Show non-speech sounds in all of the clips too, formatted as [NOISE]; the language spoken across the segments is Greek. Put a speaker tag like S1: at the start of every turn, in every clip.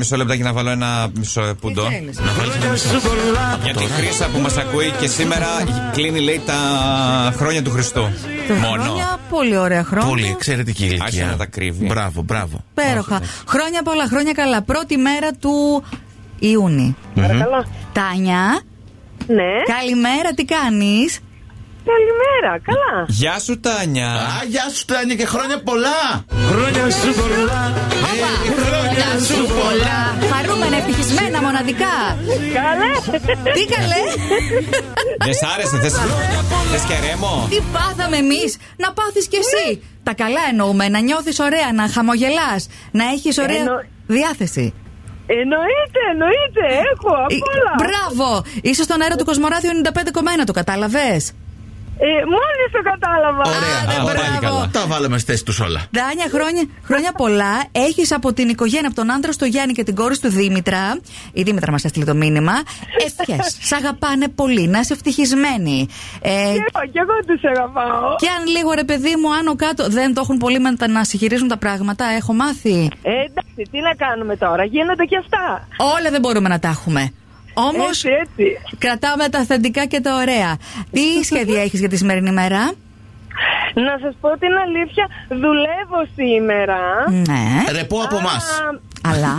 S1: Μισό λεπτάκι να βάλω ένα μισό πουντό. Να βάλω ένα μισό. Για τη Χρύσα που μας ακούει και σήμερα κλείνει λέει τα χρόνια του Χριστού. Μόνο.
S2: Χρόνια, πολύ ωραία χρόνια.
S3: Πολύ εξαιρετική ηλικία.
S1: Άρχισε να τα κρύβει.
S3: Μπράβο, μπράβο.
S2: Υπέροχα. Χρόνια πολλά, χρόνια καλά. Πρώτη μέρα του Ιούνι.
S4: Mm-hmm. Παρακαλώ.
S2: Τάνια,
S4: Ναι.
S2: καλημέρα, τι κάνεις.
S4: Καλημέρα. Καλά.
S1: Γεια σου Τάνια.
S3: Α, γεια σου Τάνια και χρόνια πολλά!
S4: Ε,
S2: Χρόνια σου πολλά. Χαρούμενα, ευτυχισμένα, μοναδικά.
S4: Καλά.
S2: τι καλέ.
S1: Δεν σ' άρεσε, θες, θες και ρέμο.
S2: Τι πάθαμε εμείς, να πάθεις κι εσύ. Τα καλά εννοούμε, να νιώθεις ωραία, να χαμογελάς, να έχεις ωραία
S4: Εννο-
S2: διάθεση.
S4: Εννοείται, εννοείται. Έχω απ'
S2: Ε,
S4: όλα.
S2: Μπράβο! Είσαι στον αέρα του Κοσμοράδιου 95,1, το κατάλαβες.
S4: Ε, μόλις το κατάλαβα.
S3: Ωραία.
S2: ναι,
S1: Α,
S3: Ωραία.
S1: πάλι καλά.
S3: Τα βάλαμε στη θέση τους όλα.
S2: Δάνια, χρόνια, χρόνια πολλά. Έχεις από την οικογένεια, από τον άντρα στο Γιάννη και την κόρη του Δήμητρα. Η Δήμητρα μας έστειλε το μήνυμα. Ευχέ. Σ' αγαπάνε πολύ, να είσαι ευτυχισμένη. Ε,
S4: Και εγώ, και εγώ τους αγαπάω.
S2: και αν λίγο ρε παιδί μου άνω κάτω δεν το έχουν πολύ με τα- να συγχυρίζουν τα πράγματα, έχω μάθει.
S4: Ε, εντάξει, τι να κάνουμε τώρα. Γίνονται και αυτά.
S2: Όλα δεν μπορούμε να τα έχουμε. Όμως
S4: Έτσι, έτσι.
S2: κρατάμε τα αυθεντικά και τα ωραία. Τι σχέδια έχεις για τη σημερινή μέρα,
S4: Να σας πω την αλήθεια, δουλεύω σήμερα.
S2: Ναι,
S3: Ρεπό Ε, από εμάς. [LAUGHS]
S2: αλλά.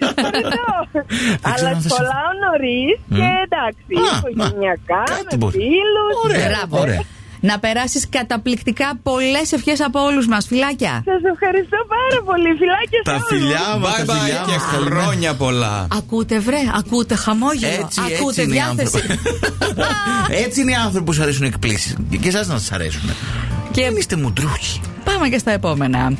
S4: Ευχαριστώ.
S3: Δεν ξέρω
S4: Αλλά
S3: αν θα Ε.
S4: σχολάω νωρίς και εντάξει,
S3: Α,
S4: οικογενειακά,
S3: μα, κάτι
S4: με
S3: μπορεί.
S4: φίλους.
S3: Ωραία,
S2: Μπράβο.
S3: ωραία.
S2: Να περάσεις καταπληκτικά πολλές ευχές από όλους μας. Φιλάκια.
S4: Σας ευχαριστώ πάρα πολύ. Φιλάκια σε
S3: Τα
S4: όλους.
S3: φιλιά μας,
S1: Bye
S3: τα φιλιά
S1: bye και
S3: μας.
S1: χρόνια πολλά.
S2: Ακούτε, βρε, ακούτε χαμόγελο.
S3: Έτσι,
S2: ακούτε
S3: έτσι είναι οι
S2: διάθεση.
S3: άνθρωποι. Έτσι είναι οι άνθρωποι που σου αρέσουν εκπλήσεις. Και εσάς να σας αρέσουν.
S2: και
S3: Μην είστε μουντρούχοι.
S2: πάμε και στα επόμενα.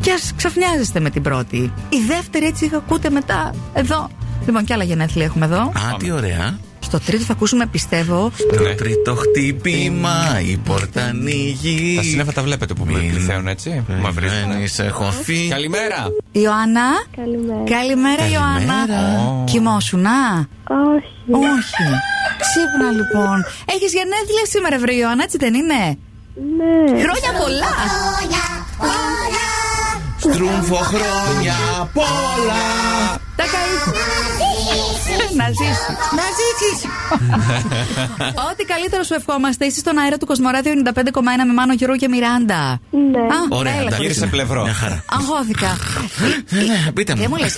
S2: Και ας ξαφνιάζεστε με την πρώτη. Η δεύτερη έτσι ακούτε μετά εδώ. Λοιπόν, και άλλα γενέθλια έχουμε εδώ.
S3: Α, τι ωραία.
S1: Ναι.
S2: Στο τρίτο θα ακούσουμε, πιστεύω,
S3: Το τρίτο χτύπημα, η πόρτα ανοίγει.
S1: Ναι.
S3: Ε,
S1: Τα σύννεφα τα βλέπετε που πληθαίνουν έτσι.
S3: Ναι.
S1: Μαυρίζουν. ναι.
S3: Μαυρίζεις, έχω φύγει.
S1: Καλημέρα.
S2: Ιωάννα.
S5: Καλημέρα.
S2: Καλημέρα, Ιωάννα.
S3: Καλημέρα.
S2: Κοιμόσουνα.
S5: Όχι.
S2: Όχι. Ξύπνα λοιπόν. Έχεις γενέθλια σήμερα, βρε Ιωάννα, έτσι δεν είναι.
S5: Ναι.
S2: Χρόνια πολλά!
S3: Στρούμφο χρόνια πολλά.
S2: Τα καΐσου. Να ζήσεις. Να ζήσεις. Ό,τι καλύτερο σου ευχόμαστε. Είσαι στον αέρα του Κοσμοράδιο 95,1 με Μάνο Γιώργο και Μιράντα.
S5: Ναι.
S2: Α,
S3: Ωραία,
S2: έλα.
S3: εντάξει.
S1: Γύρισε πλευρό.
S3: Μια χαρά.
S2: Αγχώθηκα.
S3: Ναι, ναι, πείτε μου.
S2: Δεν μου λες,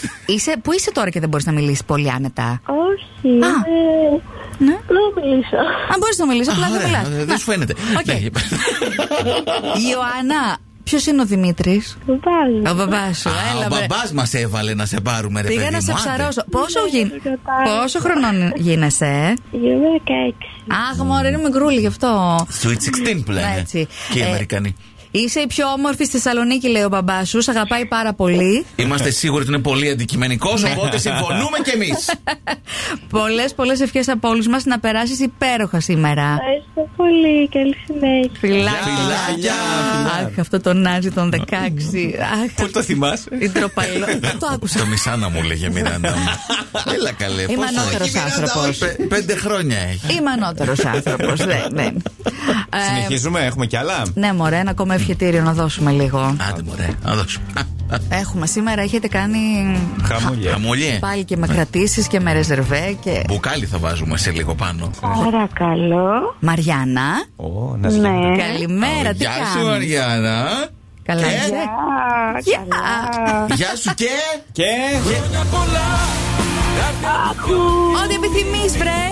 S2: πού είσαι τώρα και δεν μπορείς να μιλήσεις πολύ άνετα.
S5: Όχι.
S2: Α.
S5: Ε,
S2: Ναι.
S5: Να μιλήσω.
S2: Αν μπορείς να μιλήσεις,
S3: Α,
S2: απλά δεν
S3: ωραία,
S2: μιλάς.
S3: Δεν σου φαίνεται.
S2: Οκ.
S3: Ναι.
S2: Ιωάννα, ποιος είναι ο Δημήτρης.
S5: Βάλει.
S2: Ο μπαμπάς σου,
S3: Α,
S2: έλα
S3: Ο
S2: βρε.
S3: μπαμπάς μας έβαλε να σε πάρουμε, ρε
S2: Πήγα
S3: παιδί
S2: να σε
S3: μου, άντε.
S2: ψαρώσω. Πόσο, γι...
S5: δεν κατάλαβα.
S2: Πόσο χρονών γίνεσαι, ε?
S5: Γύρω 16.
S2: Αχ, μωρέ, είναι μικρούλι γι' αυτό.
S3: Sweet 16 που
S2: Ναι,
S3: λένε.
S2: έτσι.
S3: Και οι
S2: Ε,
S3: Αμερικανοί.
S2: Είσαι η πιο όμορφη στη Θεσσαλονίκη, λέει ο μπαμπάς σου. Σ' αγαπάει πάρα πολύ.
S3: Είμαστε σίγουροι ότι είναι πολύ αντικειμενικός,
S2: Ναι.
S3: οπότε συμφωνούμε κι εμείς.
S2: [LAUGHS] Πολλές, πολλές ευχές από όλους μας να περάσεις υπέροχα σήμερα.
S4: Ε,
S5: Ευχαριστώ πολύ. Καλή συνέχεια.
S3: Φιλάκια.
S2: Φιλάκια. Αχ, αυτό το νάζι των 16. Αχ,
S1: Πού το θυμάσαι.
S2: η
S3: [LAUGHS]
S2: ντροπαλό. Δεν το άκουσα.
S3: Το μισάνα μου λέγε Μιράντα.
S2: [LAUGHS]
S3: μου. Έλα καλέ.
S2: Είμαι
S3: πόσο
S2: ανώτερος
S3: έχει η Μιράντα,
S2: άνθρωπος.
S3: όχι, πέ- Πέντε χρόνια έχει.
S2: Είμαι ανώτερος άνθρωπος. Ναι, ναι. Ε,
S1: Συνεχίζουμε, έχουμε κι άλλα.
S2: Ναι, μωρέ, ένα ακόμα ευχετήριο να δώσουμε λίγο.
S3: Άντε μωρέ, να δώσω.
S2: Έχουμε σήμερα, έχετε κάνει
S1: Χαμούλια.
S3: Χαμουλιέ.
S2: πάλι και με
S3: Ναι.
S2: κρατήσεις και με ρεζερβέ και.
S3: Μπουκάλι θα βάζουμε σε λίγο πάνω.
S4: Παρακαλώ.
S2: Μαριάννα,
S1: Ω, να σε
S2: Ναι.
S1: γεμίσω.
S2: καλημέρα, τι
S3: Ναι. Γεια σου, Ε.
S2: κάνεις
S3: Αριάννα.
S2: Καλά,
S3: Και-
S2: είσαι?
S4: Α,
S2: Ε. Γεια.
S3: Γεια σου και.
S1: Και.
S2: Ό,τι επιθυμείς βρε.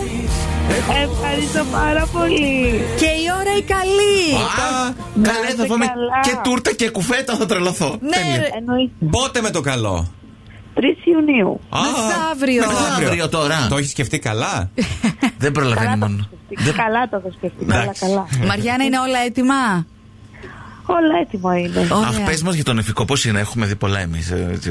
S4: Ευχαριστώ πάρα πολύ.
S2: Και η ώρα η καλή.
S3: Α, Καλέ, θα φάμε
S4: καλά.
S3: και τούρτα και κουφέτα, θα τρελαθώ.
S2: Ναι, ρε.
S4: Εννοείται.
S1: Πότε με το καλό.
S4: 3 Ιουνίου.
S1: Α,
S2: Μεθαύριο.
S3: Αύριο τώρα.
S1: Το έχεις σκεφτεί καλά.
S2: Ε,
S3: Δεν προλαβαίνει μόνο.
S4: Καλά το έχω σκεφτεί. Καλά,
S3: Εντάξει.
S4: καλά.
S2: Μαριάννα, είναι όλα έτοιμα.
S4: Όλα έτοιμα είναι.
S2: Ωραία.
S3: Αχ, πες μας για τον εφικό, πώς είναι, έχουμε δει πολλά εμείς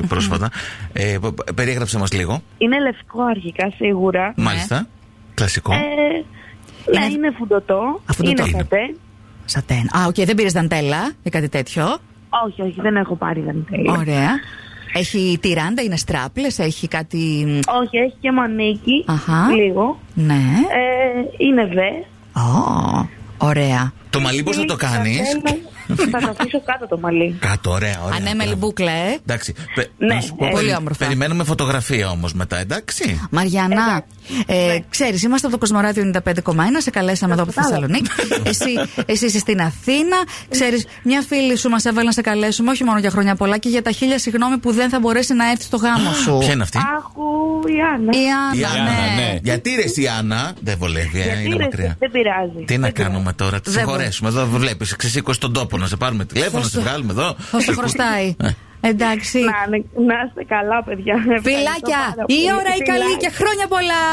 S3: πρόσφατα. Ε, π- π- Περιέγραψε μας λίγο.
S4: Είναι λευκό αρχικά σίγουρα.
S3: Μάλιστα. Κλασικό.
S4: Ε, ναι,
S2: Είναι-
S4: είναι φουντωτό.
S2: Α, φουντωτό.
S4: Είναι
S3: Είναι.
S4: κατέ.
S2: Σατέν. Α, οκ, δεν πήρες δαντέλα ή κάτι τέτοιο.
S4: Όχι, όχι, δεν έχω πάρει δαντέλα.
S2: Ωραία. Έχει τυράντα, είναι στράπλες, έχει κάτι.
S4: Όχι, έχει και μανίκι.
S2: Αχα.
S4: Λίγο.
S2: Ναι.
S4: Ε, είναι δε.
S2: Ω, ωραία.
S3: Το μαλλί πώς θα το κάνει.
S4: Θα το αφήσω κάτω το μαλλί.
S3: Κάτω, ωραία, ωραία.
S2: Ανέμελη
S3: μπράβο.
S2: μπουκλα, ε.
S3: Εντάξει. πε-
S4: Ναι,
S3: να σου πω,
S4: ε,
S2: πολύ
S3: περι-
S2: όμορφα.
S3: Περιμένουμε φωτογραφία όμως μετά, εντάξει.
S2: Μαριανά, ε,
S4: ναι.
S2: ξέρεις, είμαστε από το Κοσμοράδιο 95,1. Σε
S4: Ε,
S2: καλέσαμε εδώ από τη
S4: [LAUGHS]
S2: Θεσσαλονίκη. εσύ, εσύ είσαι στην Αθήνα. Ξέρεις, μια φίλη σου μας έβαλε να σε καλέσουμε όχι μόνο για χρόνια πολλά και για τα χίλια συγγνώμη που δεν θα μπορέσει να έρθει στο γάμο σου.
S3: Ποια είναι αυτή.
S4: Άχου, η Άννα.
S2: Η
S3: Η
S2: Άννα,
S3: Άννα,
S2: ναι.
S1: ναι.
S3: Γιατί ρε εσύ, η Άννα. Δεν βολεύει, ε, είναι
S4: ρε,
S3: μακριά.
S4: Δεν πειράζει.
S3: Τι να
S4: Δεν πειράζει.
S3: κάνουμε τώρα, τη
S2: Δεν
S3: συγχωρέσουμε. Εδώ βλέπεις, ξεσήκωσε τον τόπο να σε πάρουμε τηλέφωνο, να
S2: Πώς
S3: σε
S2: το-
S3: βγάλουμε εδώ.
S2: Πώ το χρωστάει. Εντάξει.
S4: Να, είναι- να είστε καλά, παιδιά. Ευχαριστώ
S2: Φιλάκια,
S4: πάρα πολύ.
S2: η ώρα η καλή και
S4: Φιλάκια. Ε,
S2: χρόνια πολλά.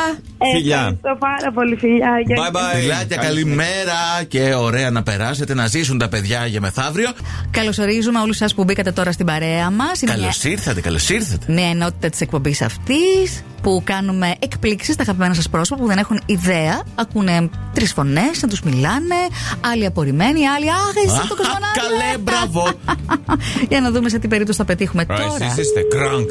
S1: Φιλιά.
S4: Ευχαριστώ πάρα πολύ, φιλιάκια.
S1: Bye bye.
S3: Φιλάκια, καλημέρα και ωραία να περάσετε, να ζήσουν τα παιδιά για μεθαύριο.
S2: Καλωσορίζουμε όλους σας που μπήκατε τώρα στην παρέα μας.
S3: Καλώ ήρθατε, καλώς ήρθατε.
S2: μια ενότητα της εκπομπής αυτής που κάνουμε εκπλήξεις στα αγαπημένα σας πρόσωπα που δεν έχουν ιδέα. Ακούνε τρεις φωνές, να τους μιλάνε. Άλλοι απορριμμένοι, άλλοι Αχ, εσύ είσαι το
S3: Α,
S2: κοσμοναύτη,
S3: Καλέ,
S2: ε!»
S3: μπράβο.
S2: [LAUGHS] Για να δούμε σε τι περίπτωση θα πετύχουμε
S1: Α,
S2: τώρα.
S1: Εσείς είστε κρανκ.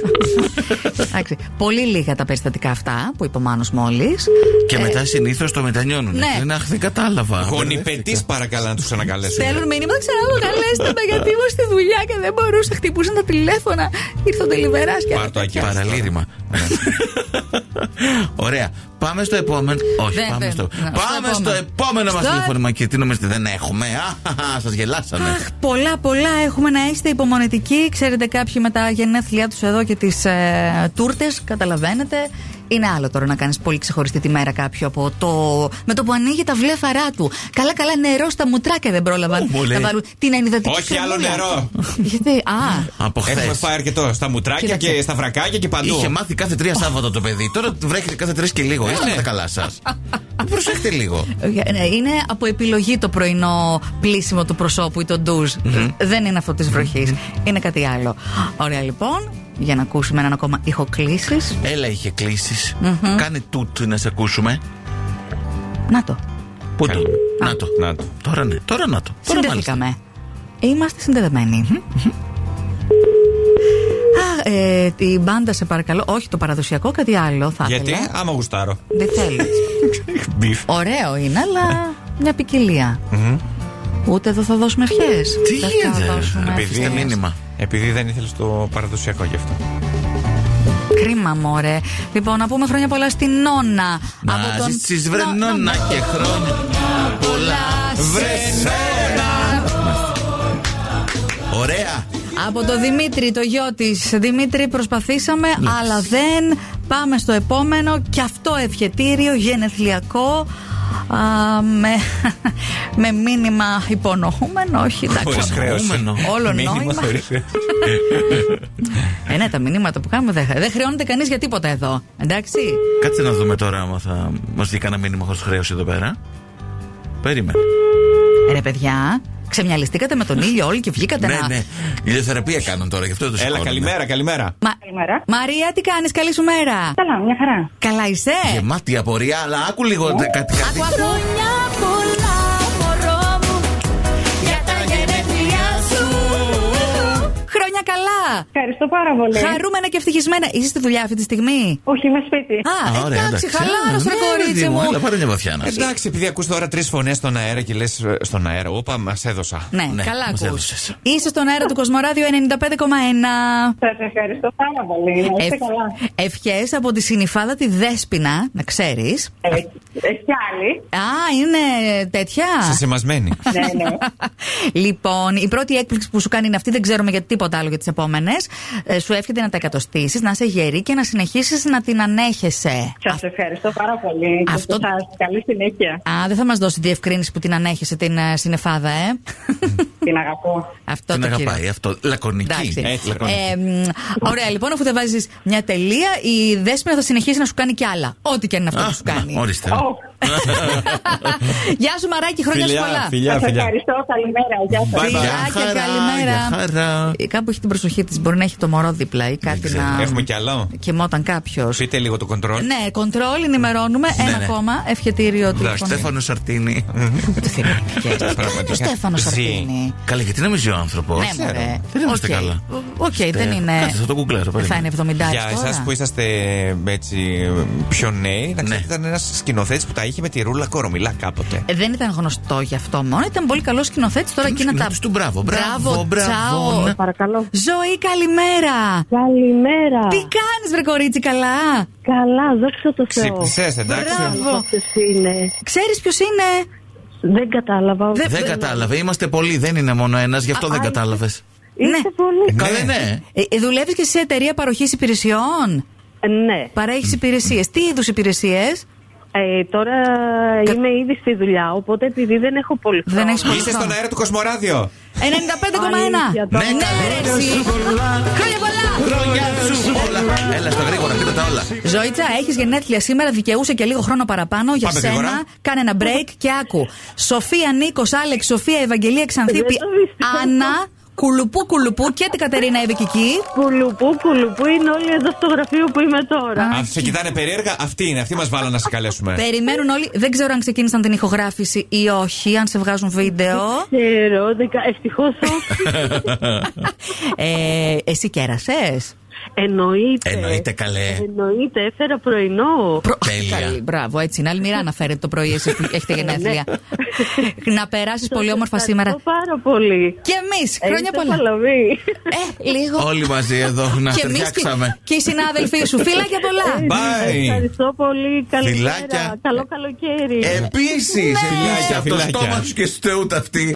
S2: Εντάξει, πολύ λίγα τα περιστατικά αυτά που είπε ο Μάνος μόλις
S3: Και μετά συνήθως το μετανιώνουν.
S2: ναι.
S3: Λένε, Αχ, δεν κατάλαβα.
S1: Γονιπετής παρακαλά να τους ανακαλέσουμε.
S2: Στέλνουν μήνυμα, δεν ξέρω άλλο, καλέστε με γιατί ήμουν στη δουλειά και δεν μπορούσα. Χτυπούσαν τα τηλέφωνα, ήρθε ο τελειβερά και.
S1: Πάρ' το, Ακιά.
S3: Παραλήρημα. Ωραία. Πάμε στο επόμενο. Όχι,
S2: Δεν,
S3: πάμε
S2: δεν.
S3: στο.
S2: Ναι, στο
S3: Πάμε στο
S2: επόμενο.
S3: επόμενο μας
S2: Στο-
S3: τηλεφώνημα και τι νομίζετε δεν έχουμε. Σα
S1: Ναι.
S3: γελάσανε.
S2: Αχ, πολλά, πολλά έχουμε να είστε υπομονετικοί. Ξέρετε, κάποιοι με τα γενέθλιά τους εδώ και τις ε, τούρτες, καταλαβαίνετε. Είναι άλλο τώρα να κάνεις πολύ ξεχωριστή τη μέρα κάποιο από το. με το που ανοίγει τα βλέφαρά του. Καλά, καλά, νερό στα μουτράκια δεν πρόλαβαν
S3: Ω,
S2: να
S3: μωρέ.
S2: βάλουν την ενυδατική
S1: Όχι άλλο
S2: κρεμούλα.
S1: νερό.
S2: Γιατί. Α,
S3: Από
S1: Έχουμε
S3: χθε.
S1: φάει αρκετό στα μουτράκια
S2: Κοίταξε.
S1: και στα βρακάκια και παντού.
S3: Είχε μάθει κάθε τρία Σάββατο το παιδί. Τώρα βρέχεται κάθε τρεις και λίγο. Είστε με τα καλά σας.
S2: [LAUGHS]
S3: Προσέχτε λίγο.
S2: ναι, είναι από επιλογή το πρωινό πλήσιμο του προσώπου ή το ντουζ. Δεν είναι αυτό της βροχής. Είναι κάτι άλλο. Ωραία, λοιπόν, για να ακούσουμε έναν ακόμα ηχοκλήσει.
S3: Έλα, είχε κλήσει. Κάνε τούτ να σε ακούσουμε.
S2: Να το.
S3: Πού το. Να το.
S1: Να το.
S3: Τώρα ναι. Τώρα να το. Τώρα μάλιστα.
S2: Συνδεθήκαμε. Είμαστε συνδεδεμένοι. Α, ε, την μπάντα σε παρακαλώ. Όχι το παραδοσιακό, κάτι άλλο θα
S1: Γιατί
S2: ήθελα.
S1: άμα γουστάρω.
S2: Δεν θέλεις.
S1: Μπιφ.
S2: Ωραίο είναι, αλλά μια ποικιλία. Ούτε εδώ θα δώσουμε ευχές.
S3: Τι γίνεται,
S1: Επειδή-
S3: Αφήστε μήνυμα.
S1: Επειδή δεν ήθελες το παραδοσιακό γι' αυτό.
S2: Κρίμα, μωρέ. Λοιπόν, να πούμε χρόνια πολλά στην Νόνα.
S3: Να ζήσεις βρε νόνα και χρόνια πολλά
S2: Βρε
S3: Ωραία
S2: Από το Δημήτρη, το γιο της. Δημήτρη, προσπαθήσαμε, αλλά δεν. Πάμε στο επόμενο. Και αυτό ευχετήριο γενεθλιακό. Α, με, [LAUGHS] με μήνυμα υπονοούμενο, όχι εντάξει.
S1: Χωρίς χρέωση.
S3: Εννοούμενο.
S2: Όλο
S1: Μήνυμα
S2: νόημα.
S1: χωρίς χρέωση.
S2: Ε, ναι, τα μηνύματα που κάνουμε δεν, δεν χρεώνεται κανείς για τίποτα εδώ. Εντάξει.
S3: Κάτσε να δούμε τώρα άμα θα μας δει κανένα μήνυμα χωρίς χρέος εδώ πέρα Περίμενε
S2: Ρε, παιδιά, ξεμιαλιστήκατε με τον ήλιο όλοι και βγήκατε
S3: Ναι
S2: να.
S3: ναι ηλιοθεραπεία κάνουν τώρα γι' αυτό το
S1: Έλα,
S3: σηκώνουμε.
S1: καλημέρα, καλημέρα.
S2: Μα-
S4: Καλημέρα.
S2: Μαρία, τι κάνεις, καλή σου μέρα.
S4: Καλά, μια χαρά.
S2: Καλά είσαι.
S3: Ε. Γεμάτη απορία αλλά άκου λίγο τε- κάτι κάτι
S2: Άκου, άκου. πολλά, μωρό μου, για τα γενέθλιά σου. Χρόνια καλά.
S4: Ευχαριστώ πάρα
S2: Ναι.
S4: πολύ.
S2: Χαρούμενα και ευτυχισμένα. Είσαι στη δουλειά αυτή τη στιγμή.
S4: Όχι, είμαι σπίτι.
S2: Α,
S3: Α, ωραία,
S2: εντάξει, χαλάρωσε
S3: Α,
S2: ρε
S3: ναι, ρε,
S2: κορίτσι
S3: παιδί
S2: μου.
S3: Έλα πάρε μια βαθιά
S2: Ε,
S3: να σε.
S1: Εντάξει, επειδή ακούς τώρα τρεις φωνές στον αέρα και λες στον αέρα. Όπα, μας έδωσα.
S2: Ναι,
S3: Ναι,
S2: καλά
S3: μας
S2: ακούς.
S3: έδωσες.
S2: Είσαι στον αέρα του Κοσμοράδιο 95,1.
S4: Σας ευχαριστώ πάρα πολύ. Να είστε καλά.
S2: Ευχές από τη συνυφάδα τη Δέσποινα, να ξέρεις.
S4: Ε, Έχει κι άλλη.
S2: Α, είναι τέτοια.
S1: Σε σημασμένη.
S4: ναι, ναι.
S2: [LAUGHS] λοιπόν, η πρώτη έκπληξη που σου κάνει είναι αυτή, δεν ξέρουμε για τίποτα άλλο για τις επόμενε. σου εύχεται να τα εκατοστήσει, να είσαι γερή και να συνεχίσεις να την ανέχεσαι.
S4: Σας ευχαριστώ πάρα πολύ. και
S2: Αυτό-
S4: σας. Καλή συνέχεια.
S2: Α, δεν θα μας δώσει διευκρίνηση που την ανέχεσαι την ε, συνεφάδα,
S3: [LAUGHS]
S2: ε.
S4: Την αγαπώ.
S2: Αυτό
S3: Την
S2: το κύριο.
S3: αγαπάει ε, αυτό λακωνική
S2: Εντάξει.
S1: Έτσι, λακωνική.
S2: Ε, μ, ωραία, λοιπόν, αφού δεν βάζεις μια τελεία, η δέσποινα θα συνεχίσει να σου κάνει κι άλλα. Ό,τι και αν είναι αυτό
S3: Α,
S2: που σου κάνει.
S3: να, Ορίστε
S4: Ω,
S2: [LAUGHS] Γεια σου, Μαράκι, χρόνια σου πολλά.
S1: φιλιά,
S4: Σας
S1: φιλιά.
S4: ευχαριστώ. Καλημέρα. Γεια σας.
S1: Bye, bye.
S2: Φιλιά
S3: Γεια
S2: και
S3: χαρά,
S2: καλημέρα.
S3: γεια χαρά.
S2: Ε, Κάπου έχει την προσοχή της. Μπορεί να έχει το μωρό δίπλα ή κάτι να.
S1: Έχουμε κι άλλο.
S2: Κοιμόταν κάποιος.
S1: Πείτε λίγο το κοντρόλ.
S2: Ναι, κοντρόλ, ενημερώνουμε. Ένα
S3: ναι.
S2: ακόμα ευχετήριο του.
S3: Εντάξει,
S2: [LAUGHS]
S3: Στέφανο Σαρτίνη [LAUGHS]
S2: είναι ο
S1: Πραγματικά.
S2: Στέφανο
S1: Ζει.
S2: Σαρτίνη.
S3: Καλά γιατί να μην ζει ο άνθρωπος
S2: Ναι, μωρέ.
S3: Δεν είμαστε
S2: Οκ.
S3: καλά
S2: Οκ, δεν είναι.
S3: Κάτσε, θα το googlάρω,
S2: Δεν Θα
S3: περίμενε.
S2: είναι 70
S1: Για εσάς που είσαστε έτσι πιο νέοι, να ξέρετε,
S3: Ναι.
S1: ήταν ένας σκηνοθέτης που τα Είχε με τη ρούλα κορομιλά κάποτε.
S2: Ε, Δεν ήταν γνωστό γι' αυτό μόνο, ήταν πολύ καλό σκηνοθέτης. Τώρα
S3: Ήταν
S2: εκείνα τα.
S3: σκηνοθέτης του Μπράβο, μπράβο, μπράβο,
S2: τσάο.
S3: ναι.
S5: Παρακαλώ.
S2: Ζωή, καλημέρα!
S5: Καλημέρα.
S2: Τι κάνεις, βρε κορίτσι, καλά!
S5: Καλά, δόξα τω Θεώ.
S1: Ξύπνησε, εντάξει.
S2: Μπράβο.
S5: Πόσες είναι.
S2: Ξέρεις ποιος είναι.
S5: Δεν κατάλαβα.
S2: Δεν-
S3: Δεν κατάλαβε. Είμαστε πολλοί, δεν είναι μόνο ένας, γι' αυτό δεν κατάλαβες.
S5: Είστε
S2: ναι.
S5: πολύ.
S3: Καλά, ναι.
S2: Ε, Δουλεύεις και σε εταιρεία παροχής υπηρεσιών.
S5: Ναι.
S2: Παρέχεις υπηρεσίες. Τι είδους υπηρεσίες.
S5: Ε, τώρα
S2: Κα-
S5: είμαι ήδη στη δουλειά, οπότε επειδή δεν έχω πολύ
S2: Δεν έχεις πολύ
S1: Είσαι
S2: χρόνο.
S1: στον αέρα του Κοσμοράδιο.
S2: 95,1.
S5: Αλήθεια,
S2: Ναι,
S5: τώρα.
S2: ρε, εσύ. Χρόνια πολλά.
S3: Χρόνια σου όλα. Έλα στα γρήγορα, πείτε τα όλα.
S2: Ζωήτσα, έχεις γενέθλια σήμερα, δικαιούσε και λίγο χρόνο παραπάνω για
S1: Πάμε
S2: σένα.
S1: γρήγορα.
S2: Κάνε ένα break και άκου. Σοφία, Νίκος, Άλεξ, Σοφία, Ευαγγελία,
S5: Δεν
S2: Ξανθήπη,
S5: το πιστεύω.
S2: Άννα, Κουλουπού, Κουλουπού και την Κατερίνα Ευικική.
S5: Κουλουπού, κουλουπού είναι όλοι εδώ στο γραφείο που είμαι τώρα.
S1: Αυτοί σε κοιτάνε περίεργα, αυτοί είναι. Αυτοί μας βάλαν να σε καλέσουμε.
S2: Περιμένουν όλοι. Δεν ξέρω αν ξεκίνησαν την ηχογράφηση ή όχι, αν σε βγάζουν
S1: [LAUGHS]
S2: βίντεο.
S5: Ξέρω, δεκα... ευτυχώς
S3: [LAUGHS]
S5: όχι.
S2: ε, εσύ κέρασες.
S5: Εννοείται.
S3: Εννοείται καλέ.
S5: Εννοείται, έφερα πρωινό.
S2: [LAUGHS]
S3: Τέλεια.
S2: Μπράβο, έτσι είναι. Άλλη μοιρά να φέρετε το πρωί εσεί που έχετε γενέθλια. να περάσεις πολύ όμορφα σήμερα.
S5: Ευχαριστώ πάρα πολύ.
S2: Και εμείς, χρόνια
S5: Είστε
S2: πολλά.
S5: παλαβοί.
S2: Ε, λίγο.
S3: Όλοι μαζί εδώ να
S2: και εμείς και,
S3: ταιριάξαμε.
S2: και οι συνάδελφοί σου. Φιλάκια πολλά.
S1: Bye.
S5: [LAUGHS] Ευχαριστώ πολύ. Καλημέρα.
S3: Φιλάκια.
S5: Καλό καλοκαίρι.
S3: Επίση,
S1: Φιλάκια,
S3: από το
S1: φιλάκια.
S3: στόμα σου και στους θεούς αυτή.